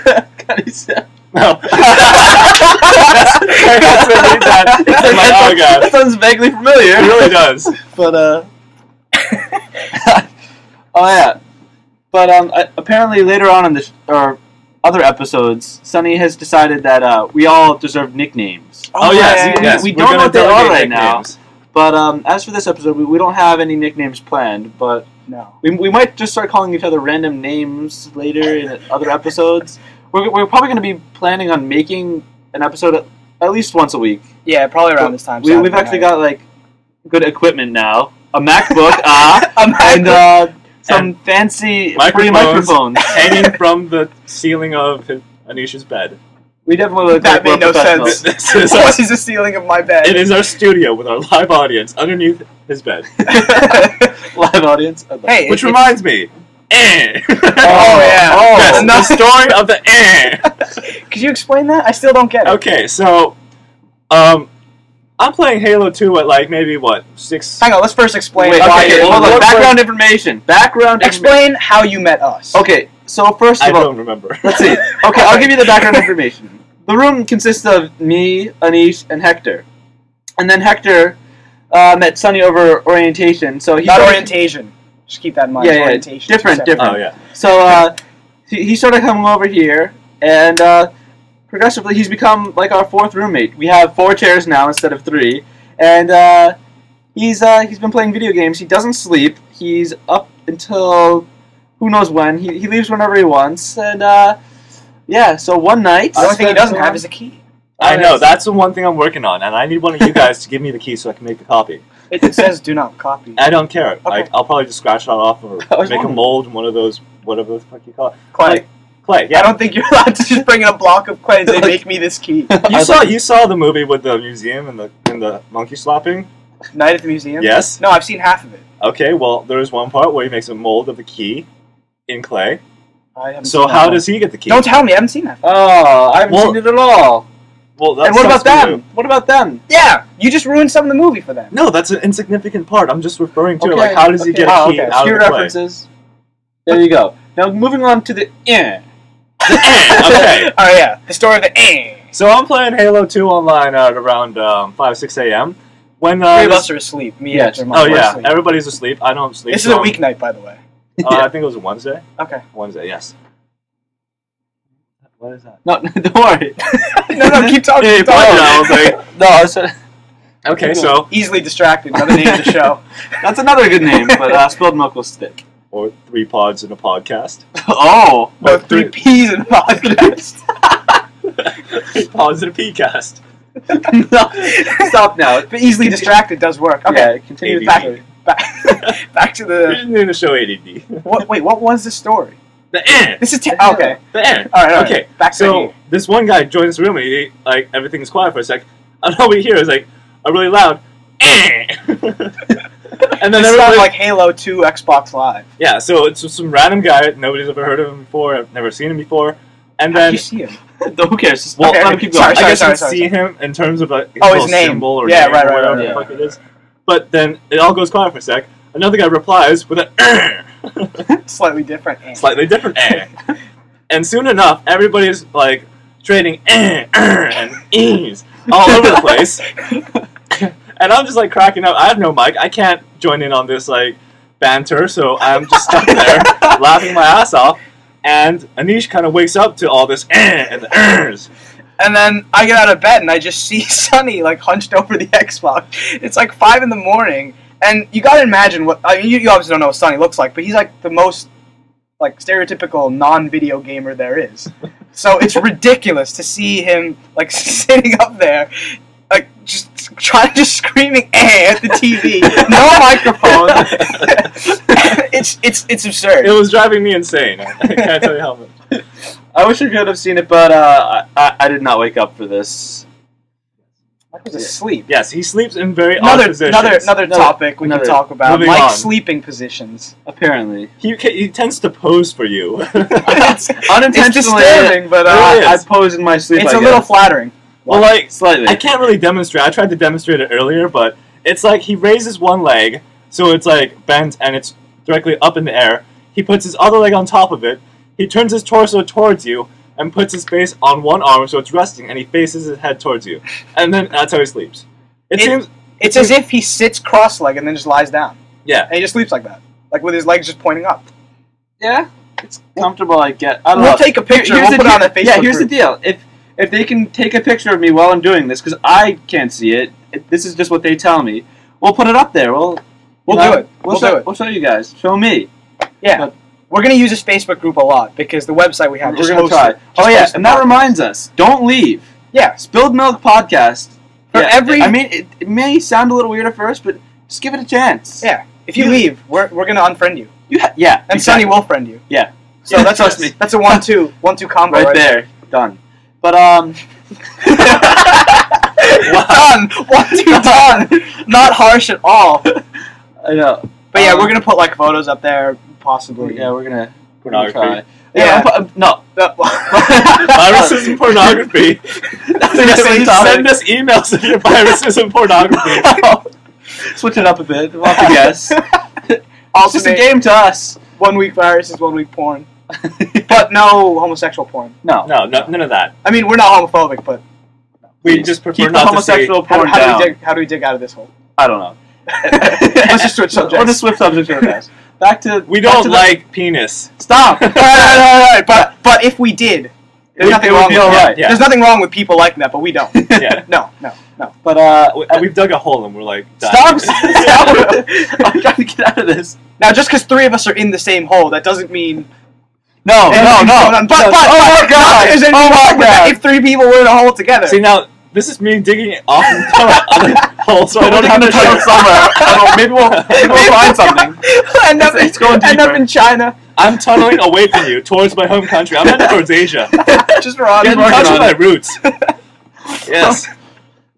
Speaker 1: God, he's-
Speaker 3: No. That's what he
Speaker 1: It's like,
Speaker 3: did. I'm like,
Speaker 1: that
Speaker 3: oh
Speaker 1: sounds-
Speaker 3: god,
Speaker 1: That sounds vaguely familiar.
Speaker 3: it really does.
Speaker 1: But uh, oh yeah. But um, I- apparently later on in the sh- or other episodes, Sunny has decided that uh, we all deserve nicknames.
Speaker 3: Oh, yes,
Speaker 2: yeah, yeah,
Speaker 3: yes.
Speaker 1: we
Speaker 3: we're
Speaker 1: don't
Speaker 3: gonna
Speaker 1: know what they are
Speaker 3: delegate
Speaker 1: right now.
Speaker 3: nicknames.
Speaker 1: But um, as for this episode, we, we don't have any nicknames planned. But
Speaker 2: No.
Speaker 1: we, we might just start calling each other random names later in other episodes. We're, we're probably going to be planning on making an episode at, at least once a week.
Speaker 2: Yeah, probably around
Speaker 1: But
Speaker 2: this time.
Speaker 1: We, we've
Speaker 2: Saturday
Speaker 1: actually
Speaker 2: night.
Speaker 1: got like good equipment now. A MacBook, ah.
Speaker 2: I'm
Speaker 1: and uh, some
Speaker 3: And
Speaker 1: fancy free
Speaker 3: microphones.
Speaker 1: microphones.
Speaker 3: hanging from the ceiling of Anisha's bed.
Speaker 1: we definitely look
Speaker 2: That
Speaker 1: like we're
Speaker 2: made no
Speaker 1: professionals.
Speaker 2: sense.
Speaker 3: This
Speaker 2: This
Speaker 3: is our,
Speaker 1: uh,
Speaker 2: is the ceiling of my bed.
Speaker 3: it is our studio with our live audience underneath his bed.
Speaker 1: Live audience. Oh, I'd like-
Speaker 2: hey, it's-
Speaker 3: Which reminds me, eh.
Speaker 2: Oh, yeah.
Speaker 1: Oh.
Speaker 3: yes,
Speaker 2: No.
Speaker 3: the story of the eh.
Speaker 2: could you explain that? I still don't get it.
Speaker 3: Okay, so, um, I'm playing Halo 2 at like maybe what six?
Speaker 2: Hang on, let's first explain
Speaker 1: Wait,
Speaker 2: why.
Speaker 3: okay,
Speaker 1: okay,
Speaker 2: you're-
Speaker 1: hold on.
Speaker 3: what-
Speaker 1: Background information. Background information.
Speaker 2: Explain how you met us.
Speaker 1: Okay, so first
Speaker 3: I
Speaker 1: of all,
Speaker 3: don't remember.
Speaker 1: let's see. Okay, I'll give you the background information. The room consists of me, Anish, and Hector. And then Hector uh, met Sunny over orientation, so he
Speaker 2: Not
Speaker 1: started-
Speaker 2: orientation. Just keep that in mind.
Speaker 1: Yeah, yeah,
Speaker 2: orientation.
Speaker 1: different,
Speaker 2: two separate.
Speaker 1: different.
Speaker 3: Oh yeah.
Speaker 1: So uh, he, he started coming over here, and uh, progressively he's become like our fourth roommate. We have four chairs now instead of three, and uh, he's uh, he's been playing video games. He doesn't sleep. He's up until who knows when. He, he leaves whenever he wants, and uh, yeah. So one night,
Speaker 2: The only thing he
Speaker 1: spent-
Speaker 2: doesn't have is a key.
Speaker 3: I know
Speaker 1: Yes.
Speaker 3: that's the one thing I'm working on, and I need one of you guys to give me the key so I can make the copy.
Speaker 2: It, it says do not copy.
Speaker 3: I don't care. Like
Speaker 2: Okay.
Speaker 3: I'll probably just scratch that off or
Speaker 1: I was
Speaker 3: make a
Speaker 1: wondering.
Speaker 3: mold in one of those whatever the fuck you call it
Speaker 2: Clay.
Speaker 3: clay.
Speaker 2: I
Speaker 3: Yeah,
Speaker 2: don't think you're allowed to just bring in a block of clay and say,
Speaker 1: Like-
Speaker 2: make me this key.
Speaker 3: you
Speaker 1: I'd
Speaker 3: saw
Speaker 1: like-
Speaker 3: you saw the movie with the museum and the and the monkey slapping.
Speaker 2: Night at the museum?
Speaker 3: Yes.
Speaker 2: No, I've seen half of it.
Speaker 3: Okay. Well, there's one part where he makes a mold of the key in clay.
Speaker 2: I haven't
Speaker 3: So
Speaker 2: seen that
Speaker 3: how
Speaker 2: one.
Speaker 3: does he get the key?
Speaker 2: Don't tell me, I haven't seen that.
Speaker 1: Oh, I haven't
Speaker 3: Well-
Speaker 1: seen it at all.
Speaker 3: well, that
Speaker 1: And what about
Speaker 3: sucks for
Speaker 1: them?
Speaker 3: you.
Speaker 1: What about them?
Speaker 2: Yeah, you just ruined some of the movie for them.
Speaker 3: No, that's an insignificant part. I'm just referring to it.
Speaker 1: Okay,
Speaker 3: like how does he
Speaker 1: okay.
Speaker 3: get a
Speaker 2: Oh,
Speaker 3: key
Speaker 2: okay.
Speaker 3: out
Speaker 1: Few
Speaker 3: of the clay?
Speaker 1: references. There you go. Now moving on to the eh.
Speaker 3: okay.
Speaker 2: Oh yeah, the story of the eh.
Speaker 3: So I'm playing Halo 2 online at around um, 5, 6 a.m. When uh,
Speaker 2: Three of
Speaker 3: this-
Speaker 2: us are asleep. Me,
Speaker 1: Yes.
Speaker 2: Hector, and my
Speaker 3: oh
Speaker 2: wife
Speaker 3: yeah,
Speaker 2: asleep.
Speaker 3: everybody's asleep. I don't sleep.
Speaker 2: This is a
Speaker 3: so-
Speaker 2: weeknight, by the way.
Speaker 3: Uh, I think it was Wednesday.
Speaker 2: Okay.
Speaker 3: Wednesday, yes. What is that?
Speaker 1: No, don't worry.
Speaker 2: no, no, keep talking.
Speaker 3: Hey,
Speaker 2: keep talking.
Speaker 3: Paul, I was like-
Speaker 1: no, I was-
Speaker 3: Oh, Okay,
Speaker 1: Google.
Speaker 3: so
Speaker 2: Easily distracted by the name of the show.
Speaker 1: That's another good name, but uh, spilled milk will stick.
Speaker 3: or three pods in a podcast.
Speaker 1: oh,
Speaker 2: No, three P's in the podcast.
Speaker 3: three pods in a podcast.
Speaker 1: no. stop now.
Speaker 2: But easily distracted does work. Okay,
Speaker 1: Yeah, continue.
Speaker 3: ADD.
Speaker 1: the fact-
Speaker 2: back, back to
Speaker 3: We
Speaker 2: the.
Speaker 3: should name the show ADD.
Speaker 2: What, wait, what was the story?
Speaker 3: The end.
Speaker 2: This is te- oh, okay.
Speaker 3: The end.
Speaker 2: All right, all right.
Speaker 3: Okay,
Speaker 2: Back to
Speaker 3: So this one guy joins the room and he, like everything's quiet for a sec, and all we hear is like a really loud, eh. and
Speaker 2: you.
Speaker 3: then
Speaker 2: This sounds
Speaker 3: everybody
Speaker 2: like Halo 2 Xbox Live.
Speaker 3: yeah. So it's just some random guy nobody's ever heard of him before. I've never seen him before, and
Speaker 2: How did
Speaker 3: then
Speaker 2: you see him?
Speaker 1: Who cares? Just
Speaker 3: Well,
Speaker 1: let
Speaker 2: okay,
Speaker 1: him keep going.
Speaker 2: sorry,
Speaker 3: I guess
Speaker 2: sorry,
Speaker 3: you
Speaker 2: sorry,
Speaker 3: see him in terms of like
Speaker 2: Oh, his
Speaker 3: little
Speaker 2: name.
Speaker 3: symbol or
Speaker 2: Yeah,
Speaker 3: name
Speaker 2: right,
Speaker 3: or
Speaker 2: right,
Speaker 3: whatever
Speaker 1: right,
Speaker 3: the
Speaker 1: right.
Speaker 3: fuck it is. But then it all goes quiet for a sec. Another guy replies with a.
Speaker 2: Slightly different. Eh.
Speaker 3: slightly different eh. and soon enough, everybody's like trading eh, eh, and e's all over the place. and I'm just like cracking up. I have no mic. I can't join in on this like banter, so I'm just stuck there laughing my ass off. And Anish kind of wakes up to all this eh and the ehs.
Speaker 2: And then I get out of bed and I just see Sonny like hunched over the Xbox. It's like five in the morning, and you gotta imagine what I mean. You, you obviously don't know what Sonny looks like, but he's like the most like stereotypical non-video gamer there is. So it's ridiculous to see him like sitting up there, like just trying just screaming eh at the TV, no microphone. it's it's it's absurd.
Speaker 3: It was driving me insane. I can't tell you how much.
Speaker 1: I wish I could have seen it, but uh, I- I, I did not wake up for this.
Speaker 2: I was asleep.
Speaker 3: Yes, he sleeps in very odd
Speaker 2: Another,
Speaker 3: positions.
Speaker 2: another another
Speaker 1: Another-
Speaker 2: topic we
Speaker 1: another-
Speaker 2: can talk about,
Speaker 3: moving
Speaker 2: like
Speaker 3: on.
Speaker 2: sleeping positions.
Speaker 1: Apparently,
Speaker 3: He, ca- he tends to pose for you.
Speaker 2: it's,
Speaker 1: unintentionally,
Speaker 2: disturbing, but,
Speaker 1: uh,
Speaker 3: It
Speaker 1: I, I
Speaker 3: is.
Speaker 1: pose in my sleep.
Speaker 2: it's
Speaker 1: a
Speaker 2: a little flattering.
Speaker 3: well, like,
Speaker 1: slightly.
Speaker 3: I can't really demonstrate. I tried to demonstrate it earlier, but it's like he raises one leg, so it's like bent and it's directly up in the air. He puts his other leg on top of it. He turns his torso towards you and puts his face on one arm, so it's resting, and he faces his head towards you. And then that's how he sleeps. It,
Speaker 2: It-
Speaker 3: seems
Speaker 2: It's as if he sits cross-legged and then just lies down,
Speaker 3: yeah.
Speaker 2: and he just sleeps like that, like with his legs just pointing up.
Speaker 1: Yeah, it's comfortable. I get. I don't
Speaker 2: We'll
Speaker 1: know.
Speaker 2: take a picture.
Speaker 1: Here-
Speaker 2: We'll
Speaker 1: the
Speaker 2: put it on
Speaker 1: deal-
Speaker 2: a Facebook
Speaker 1: Yeah, here's
Speaker 2: group.
Speaker 1: the deal. If if they can take a picture of me while I'm doing this, because I can't see it, if this is just what they tell me. We'll put it up there. We'll
Speaker 2: We'll
Speaker 1: you know,
Speaker 2: do it. We'll
Speaker 1: show,
Speaker 2: do it.
Speaker 1: We'll show you guys. Show me.
Speaker 2: Yeah,
Speaker 1: But-
Speaker 2: we're gonna use this Facebook group a lot because the website we have.
Speaker 1: We're
Speaker 2: just
Speaker 1: gonna
Speaker 2: hosts
Speaker 1: try.
Speaker 2: it. Just
Speaker 1: Oh yeah,
Speaker 2: hosts the
Speaker 1: and that
Speaker 2: podcast.
Speaker 1: reminds us. Don't leave.
Speaker 2: Yeah,
Speaker 1: Spilled Milk Podcast.
Speaker 2: For every-
Speaker 1: I mean, it, it may sound a little weird at first, but just give it a chance.
Speaker 2: yeah. If you
Speaker 1: You-
Speaker 2: leave, we're, we're gonna unfriend you,
Speaker 1: You ha- yeah.
Speaker 2: and
Speaker 1: exactly.
Speaker 2: Sonny will friend you.
Speaker 1: Yeah.
Speaker 2: So
Speaker 1: Yeah,
Speaker 2: that's
Speaker 1: trust
Speaker 2: us.
Speaker 1: me.
Speaker 2: That's a one-two, one-two combo
Speaker 1: right,
Speaker 2: right,
Speaker 1: there. Done. But um.
Speaker 2: done. One-two done. Not harsh at all. But
Speaker 1: I know.
Speaker 2: yeah,
Speaker 1: Um,
Speaker 2: we're gonna put like photos up there, possibly.
Speaker 1: Yeah, we're gonna. We're gonna
Speaker 3: Pornography.
Speaker 1: try. Yeah. I'm pu- no.
Speaker 3: Viruses and pornography.
Speaker 1: the same topic.
Speaker 3: Send us emails of your viruses and pornography.
Speaker 1: Switch it up a bit. We'll have to guess. it's just a
Speaker 2: Alternate-
Speaker 1: game to us.
Speaker 2: One week viruses, one week porn. But no homosexual porn.
Speaker 1: no.
Speaker 3: No, no, none of that.
Speaker 2: I mean, we're not homophobic, but
Speaker 3: We just prefer
Speaker 1: Keep the
Speaker 3: not
Speaker 1: homosexual
Speaker 2: how,
Speaker 1: porn
Speaker 2: how do
Speaker 1: down.
Speaker 2: we dig, how do we dig out of this hole?
Speaker 1: I don't know.
Speaker 2: Let's just switch subjects.
Speaker 1: We'll just switch subjects real fast. Back to
Speaker 3: to see. We
Speaker 1: back to
Speaker 3: don't
Speaker 1: the-
Speaker 3: like penis.
Speaker 1: stop.
Speaker 2: All right, all right, all right, all right, But but if we did, there's
Speaker 1: It-
Speaker 2: nothing
Speaker 1: it would
Speaker 2: wrong.
Speaker 1: be
Speaker 2: with
Speaker 1: all
Speaker 2: yeah,
Speaker 1: right.
Speaker 3: Yeah.
Speaker 2: There's nothing wrong with people liking that, but we don't.
Speaker 3: Yeah.
Speaker 2: No, no, no.
Speaker 1: But uh,
Speaker 3: We- We've dug a hole and we're like, dying.
Speaker 1: stop. stop. I'm trying to get out of this.
Speaker 2: Now, just because three of us are in the same hole, that doesn't mean.
Speaker 1: Oh, No, no,
Speaker 2: everything's
Speaker 1: no.
Speaker 2: going on. But, but, but,
Speaker 1: oh my
Speaker 2: not that
Speaker 1: god!
Speaker 2: there's anything
Speaker 1: Oh
Speaker 2: wrong
Speaker 1: my
Speaker 2: with that
Speaker 1: god!
Speaker 2: If three people were in a hole together.
Speaker 3: See now, this is me digging off into other hole, so I don't have to Oh,
Speaker 1: tell
Speaker 3: tell
Speaker 1: somewhere. I don't know, maybe we'll maybe we'll find something.
Speaker 2: end up,
Speaker 1: It's going
Speaker 2: end up
Speaker 1: deeper.
Speaker 2: in China.
Speaker 3: I'm tunneling away from you towards my home country. I'm headed towards Asia.
Speaker 2: just Ron.
Speaker 3: Get in
Speaker 1: working
Speaker 3: touch with
Speaker 1: on
Speaker 3: my
Speaker 1: it.
Speaker 3: roots. Yes.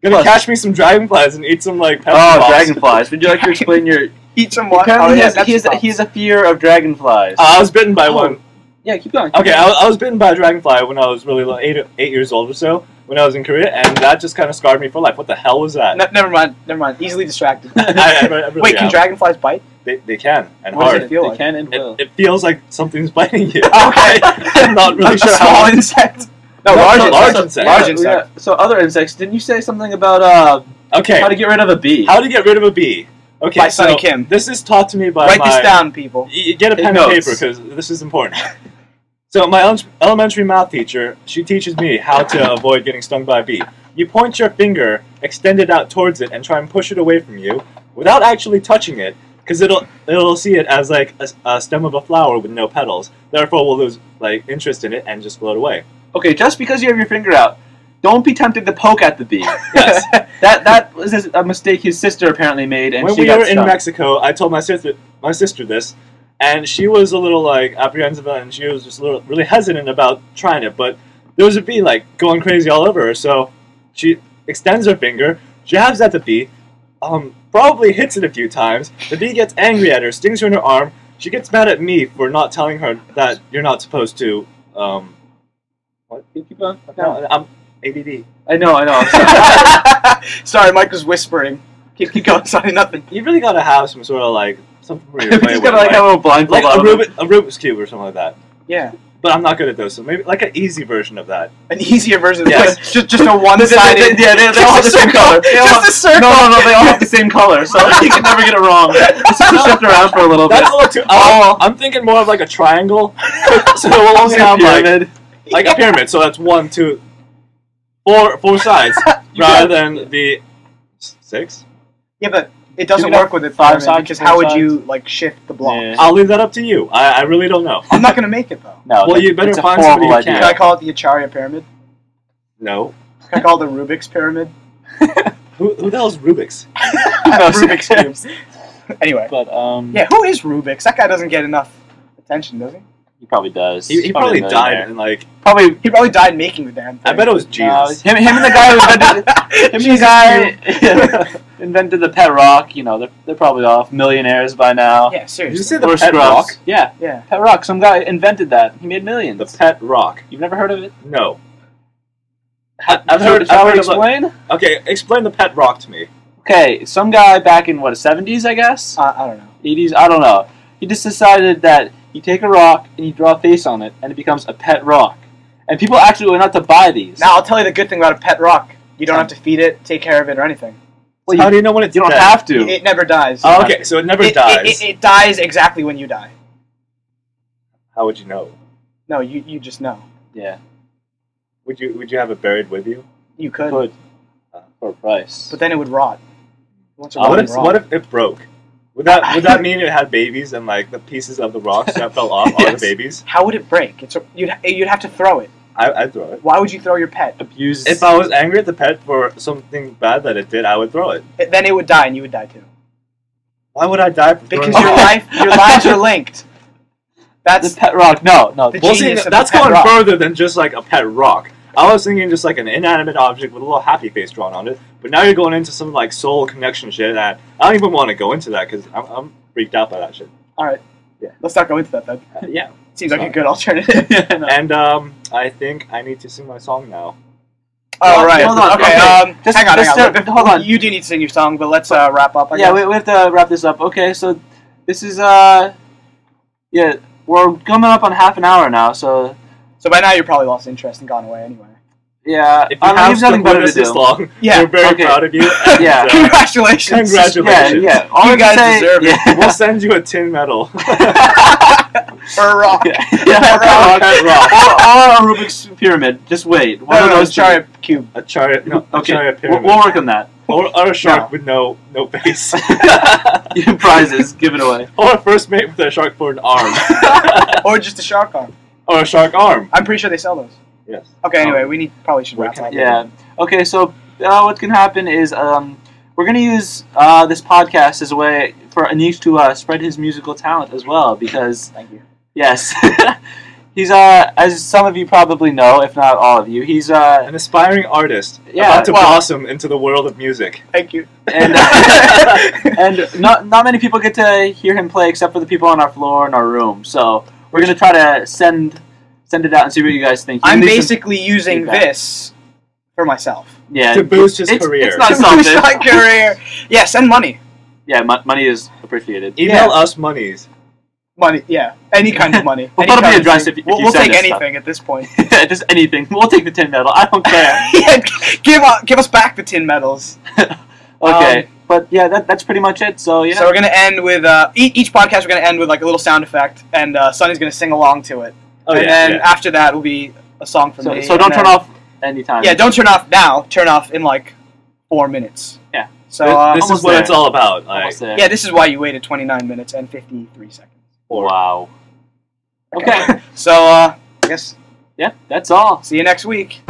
Speaker 3: Gonna
Speaker 1: Plus-
Speaker 3: catch me some dragonflies and eat some like pepper
Speaker 1: Oh,
Speaker 3: balls.
Speaker 1: dragonflies! Would you like to explain your?
Speaker 2: Eat some water.
Speaker 1: Apparently,
Speaker 2: Oh,
Speaker 1: he
Speaker 2: yeah,
Speaker 1: has
Speaker 2: that's
Speaker 1: he has,
Speaker 2: tough.
Speaker 1: he has a fear of dragonflies.
Speaker 3: Uh, I was bitten by
Speaker 1: Oh.
Speaker 3: one.
Speaker 1: yeah, keep going.
Speaker 3: Okay, I, I was bitten by a dragonfly when I was really little, eight eight years old or so when I was in Korea, and that just kind of scarred me for life. What the hell was that?
Speaker 2: No, never mind. Never mind. Easily distracted.
Speaker 3: I, I, I really
Speaker 2: Wait, can
Speaker 3: am.
Speaker 2: dragonflies bite?
Speaker 3: they, they can and
Speaker 2: What does
Speaker 3: hard.
Speaker 2: it feel
Speaker 1: They
Speaker 2: like?
Speaker 1: can and will.
Speaker 3: It, it feels like something's biting you.
Speaker 2: Okay.
Speaker 3: I'm not really
Speaker 2: a
Speaker 3: sure
Speaker 2: small
Speaker 3: how.
Speaker 2: insect. No,
Speaker 3: No,
Speaker 2: large,
Speaker 3: no,
Speaker 2: large,
Speaker 3: so-
Speaker 2: insect.
Speaker 3: so-
Speaker 2: Large
Speaker 1: Yeah,
Speaker 2: insect.
Speaker 1: yeah. So other insects. Didn't you say something about uh,
Speaker 3: Okay,
Speaker 1: how to get rid of a bee?
Speaker 3: How to get rid of a bee? Okay,
Speaker 2: By
Speaker 3: so
Speaker 2: Sonny Kim.
Speaker 3: This is taught to me by
Speaker 2: Write
Speaker 3: my-
Speaker 2: this down, people.
Speaker 3: Y- Get a
Speaker 1: Take
Speaker 3: pen and
Speaker 1: notes.
Speaker 3: paper because this is important. So my ele- elementary math teacher, she teaches me how to avoid getting stung by a bee. You point your finger extended out towards it and try and push it away from you without actually touching it, because it'll it'll see it as like a, s- a stem of a flower with no petals. Therefore, we'll lose like interest in it and just float away.
Speaker 1: Okay, just because you have your finger out, don't be tempted to poke at the bee.
Speaker 3: Yes.
Speaker 1: that that was his- a mistake his sister apparently made, and
Speaker 3: when
Speaker 1: she
Speaker 3: we
Speaker 1: got
Speaker 3: were in
Speaker 1: stung.
Speaker 3: Mexico, I told my sister my sister this, and she was a little like apprehensive and she was just a little really hesitant about trying it. But there was a bee like going crazy all over her, so she extends her finger, jabs at the bee, um, probably hits it a few times. The bee gets angry at her, stings her in her arm. She gets mad at me for not telling her that you're not supposed to. Um, what?
Speaker 1: Keep going.
Speaker 3: No, I'm ADD.
Speaker 1: I know, I know. I'm sorry.
Speaker 2: Sorry, Mike was whispering. Keep, keep going, Sonny. Nothing.
Speaker 3: You really gotta have some sort of like something. where
Speaker 1: we
Speaker 3: you're way
Speaker 1: just
Speaker 3: with,
Speaker 1: gotta like have a blindfold
Speaker 3: like
Speaker 1: on.
Speaker 3: a, Rubik, a Rubik's cube or something like that.
Speaker 2: Yeah,
Speaker 3: But I'm not good at those, so maybe like an easy version of that.
Speaker 2: an easier version. of
Speaker 3: Yes.
Speaker 2: this. just just a one-sided.
Speaker 1: yeah, they, they all have the same
Speaker 2: circle.
Speaker 1: color. They all have-
Speaker 2: Just a circle.
Speaker 1: No, no, no, they all have the same color, so you can never get it wrong. Let's just shift around for a little bit.
Speaker 3: That's a little too.
Speaker 1: Oh.
Speaker 3: Oh, I'm thinking more of like a triangle. so we'll
Speaker 1: Obviously
Speaker 3: only
Speaker 1: a
Speaker 3: have like,
Speaker 1: pyramid.
Speaker 3: like a pyramid. So that's one, two, four, four sides rather than the s- six.
Speaker 2: Yeah, but it
Speaker 1: You
Speaker 2: doesn't
Speaker 1: can
Speaker 2: work with it
Speaker 1: five
Speaker 2: five
Speaker 1: sides,
Speaker 2: because
Speaker 1: four
Speaker 2: how would
Speaker 1: sides.
Speaker 2: you like shift the block?
Speaker 1: Yeah.
Speaker 3: I'll leave that up to you. I, I really don't know.
Speaker 2: I'm not gonna make it though.
Speaker 1: No,
Speaker 3: Well,
Speaker 1: that-
Speaker 3: you better
Speaker 1: it's a
Speaker 3: find
Speaker 1: horrible
Speaker 3: somebody who
Speaker 2: Can
Speaker 3: Yeah.
Speaker 2: I call it the Acharya pyramid?
Speaker 3: No.
Speaker 2: Can I call it the Rubik's pyramid?
Speaker 3: Who, who the hell's Rubik's?
Speaker 1: knows?
Speaker 2: Rubik's cubes. anyway,
Speaker 1: But um,
Speaker 2: yeah, who is Rubik's? That guy doesn't get enough attention, does he?
Speaker 1: he probably does.
Speaker 3: He, he probably
Speaker 1: a
Speaker 3: died
Speaker 1: millionaire.
Speaker 3: and like
Speaker 1: Probably
Speaker 2: He probably died making the damn thing.
Speaker 3: I bet it was
Speaker 1: No,
Speaker 3: Jesus.
Speaker 1: him, him and the guy who invented, him and the guy invented the pet rock. You know, they're, they're probably off millionaires by now.
Speaker 2: Yeah,
Speaker 3: Did you
Speaker 2: seriously.
Speaker 3: say the
Speaker 1: Or
Speaker 3: pet
Speaker 1: scrubs.
Speaker 3: rock?
Speaker 1: Yeah,
Speaker 2: Yeah.
Speaker 1: pet rock. Some guy invented that. He made millions.
Speaker 3: The pet rock.
Speaker 1: You've never heard of it?
Speaker 3: No. I, have
Speaker 1: So-
Speaker 3: heard.
Speaker 1: shall
Speaker 3: I've
Speaker 1: we
Speaker 3: heard of, like-
Speaker 1: explain.
Speaker 3: okay, explain the pet rock to me.
Speaker 1: Okay, some guy back in what seventies, I guess,
Speaker 2: Uh, I don't know.
Speaker 1: eighties. I don't know. He just decided that you take a rock and you draw a face on it, and it becomes a pet rock. And people actually went out to buy these.
Speaker 2: Now I'll tell you the good thing about a pet rock. You don't have to feed it, take care of it, or anything.
Speaker 1: Well,
Speaker 3: How
Speaker 1: you,
Speaker 3: do you know when it's
Speaker 1: you don't
Speaker 3: dead?
Speaker 1: have to.
Speaker 2: It never dies.
Speaker 3: Oh, okay, so it never
Speaker 2: it,
Speaker 3: dies.
Speaker 2: It, it, it dies exactly when you die.
Speaker 3: How would you know?
Speaker 2: No, you, you just know.
Speaker 1: yeah,
Speaker 3: Would you would you have it buried with you?
Speaker 2: You could,
Speaker 1: good for a price.
Speaker 2: but then it would rot. Once it
Speaker 3: Uh, What
Speaker 2: would
Speaker 3: if
Speaker 2: rot.
Speaker 3: what if it broke? Would that would that mean it had babies and like the pieces of the rocks that fell off are the
Speaker 1: Yes.
Speaker 3: babies?
Speaker 2: How would it break? It's a, you'd you'd have to throw it.
Speaker 3: I I'd throw it.
Speaker 2: Why would you throw your pet?
Speaker 1: Abuse.
Speaker 3: If I was angry at the pet for something bad that it did, I would throw it.
Speaker 2: It- then it would die, and you would die too.
Speaker 3: Why would I die? For
Speaker 2: Because
Speaker 3: throwing
Speaker 2: your
Speaker 3: it?
Speaker 2: life, your lives are linked.
Speaker 1: the
Speaker 2: That's
Speaker 1: pet rock. No, no.
Speaker 2: The
Speaker 3: well, see,
Speaker 2: genius of
Speaker 3: that's
Speaker 2: the pet
Speaker 3: going
Speaker 2: rock.
Speaker 3: further than just like a pet rock. I was thinking just like an inanimate object with a little happy face drawn on it, but now you're going into some like soul connection shit that I don't even want to go into that because I'm, I'm freaked out by that shit.
Speaker 2: all right.
Speaker 3: Yeah.
Speaker 2: Let's not go into that. That
Speaker 3: Uh, yeah.
Speaker 2: seems like a
Speaker 3: Sorry.
Speaker 2: good alternative.
Speaker 3: And um, I think I need to sing my song now.
Speaker 2: All
Speaker 1: Hold
Speaker 2: right.
Speaker 1: on, hold on,
Speaker 2: Okay.
Speaker 1: okay.
Speaker 2: Um,
Speaker 1: Just-
Speaker 2: hang on.
Speaker 1: just,
Speaker 2: hang on.
Speaker 1: uh, hold on.
Speaker 2: You do need to sing your song, but let's uh, wrap up. I
Speaker 1: yeah,
Speaker 2: guess.
Speaker 1: we, we have to wrap this up. Okay, so this is uh, yeah, we're coming up on half an hour now. So
Speaker 2: So by now you're probably lost interest and gone away anyway.
Speaker 1: yeah,
Speaker 3: If you
Speaker 1: I
Speaker 3: have
Speaker 1: have nothing Um, better to
Speaker 3: this
Speaker 1: do.
Speaker 3: long,
Speaker 2: Yeah,
Speaker 3: we're very
Speaker 1: okay.
Speaker 3: proud of you. and,
Speaker 1: Yeah.
Speaker 3: uh,
Speaker 2: Congratulations.
Speaker 1: Yeah,
Speaker 3: Congratulations.
Speaker 1: yeah. All
Speaker 2: You
Speaker 1: I can
Speaker 2: guys
Speaker 1: say-
Speaker 2: deserve it.
Speaker 1: yeah.
Speaker 3: uh, we'll send you a tin medal.
Speaker 2: Or rock.
Speaker 1: Yeah,
Speaker 2: Yeah,
Speaker 1: yeah,
Speaker 2: rock.
Speaker 1: pet rock. Or, or a Rubik's pyramid. Just wait. One
Speaker 2: No,
Speaker 1: of
Speaker 2: no, no,
Speaker 1: those.
Speaker 2: sorry, cube.
Speaker 3: a chariot, no, a
Speaker 1: okay,
Speaker 3: chariot
Speaker 1: we'll,
Speaker 3: pyramid,
Speaker 1: we'll work on that.
Speaker 3: or, or a shark with no no face,
Speaker 1: You prizes, give it away.
Speaker 3: or a first mate with a shark for an arm,
Speaker 2: Or just a shark arm.
Speaker 3: or a shark arm.
Speaker 2: I'm pretty sure they sell those.
Speaker 3: Yes.
Speaker 2: Okay. Anyway, we need probably should
Speaker 3: Where
Speaker 2: wrap
Speaker 3: can I
Speaker 2: up.
Speaker 3: get
Speaker 1: Oh. Yeah. Okay, so uh, what can happen is um, we're going to use uh, this podcast as a way for Anish to uh, spread his musical talent as well, because,
Speaker 2: Thank you.
Speaker 1: yes, he's, uh, as some of you probably know, if not all of you, he's, uh,
Speaker 3: an aspiring artist
Speaker 1: Yeah,
Speaker 3: about to
Speaker 1: well-
Speaker 3: blossom into the world of music.
Speaker 2: Thank you.
Speaker 1: and, uh, and not, not many people get to hear him play except for the people on our floor and our room, so we're going to try to send send it out and see what you guys think. You
Speaker 2: I'm
Speaker 1: can leave some-
Speaker 2: basically using
Speaker 1: feedback.
Speaker 2: this for myself.
Speaker 1: yeah,
Speaker 3: to boost his
Speaker 1: it's-
Speaker 3: career.
Speaker 1: It's not
Speaker 2: To boost my
Speaker 1: something.
Speaker 2: career. Yeah, send money.
Speaker 1: yeah, mon- money is appreciated.
Speaker 3: Email
Speaker 2: Yeah.
Speaker 3: us monies.
Speaker 2: Money. Yeah. Any kind of money.
Speaker 1: Well,
Speaker 2: Any
Speaker 1: that'll be
Speaker 2: kind of
Speaker 1: addressed
Speaker 2: thing.
Speaker 1: if- if
Speaker 2: we'll,
Speaker 1: you
Speaker 2: we'll
Speaker 1: send
Speaker 2: take
Speaker 1: us
Speaker 2: anything
Speaker 1: stuff.
Speaker 2: at this point.
Speaker 1: just anything. We'll take the tin medal. I don't care.
Speaker 2: yeah, give uh, give us back the tin medals.
Speaker 1: okay,
Speaker 2: Um,
Speaker 1: but yeah, that, that's pretty much it. So yeah,
Speaker 2: So e, we're gonna end with uh, each, each podcast. We're gonna end with like a little sound effect, and uh, Sonny's gonna sing along to it.
Speaker 3: Oh,
Speaker 2: and
Speaker 3: yeah,
Speaker 2: then
Speaker 3: yeah.
Speaker 2: after that will be a song from
Speaker 1: So,
Speaker 2: me.
Speaker 1: so
Speaker 2: and
Speaker 1: don't
Speaker 2: then-
Speaker 1: turn off anytime.
Speaker 2: Yeah, don't turn off now. Turn off in like four minutes.
Speaker 1: Yeah.
Speaker 2: So
Speaker 3: Th-
Speaker 2: uh,
Speaker 3: this
Speaker 1: almost
Speaker 3: is what
Speaker 1: there.
Speaker 3: it's all about. Like,
Speaker 1: Almost there.
Speaker 2: yeah, this is why you waited 29 minutes and 53 seconds.
Speaker 1: Wow. Okay.
Speaker 2: So uh, I guess
Speaker 1: yeah, that's all.
Speaker 2: see you next week.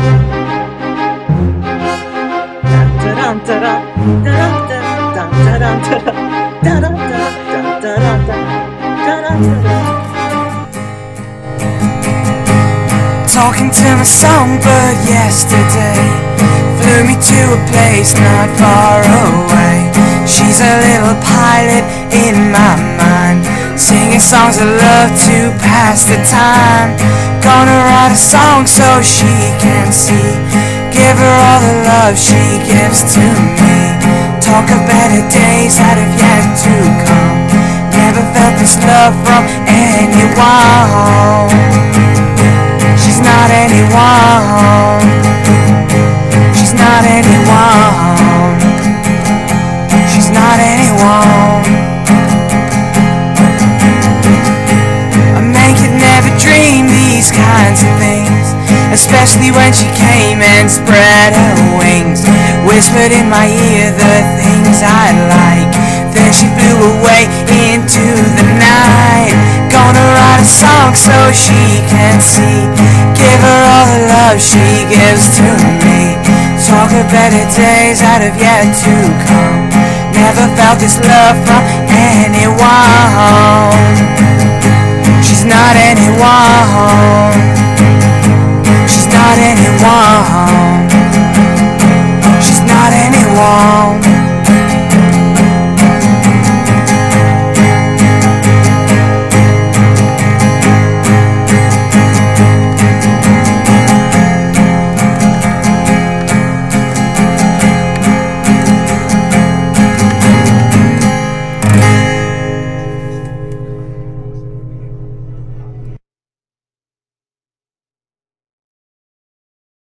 Speaker 4: Talking to my songbird yesterday Flew me to a place not far away She's a little pilot in my mind Singing songs of love to pass the time Gonna write a song so she can see Give her all the love she gives to me Talk of better days that have yet to come Never felt this love from anyone She's not anyone. She's not anyone. She's not anyone. A man could never dream these kinds of things. Especially when she came and spread her wings. Whispered in my ear the things I like. Then she flew away into the night. Gonna write a song so she can see. Give her all the love she gives to me. Talk of better days that have yet to come. Never felt this love from anyone. She's not anyone. She's not anyone.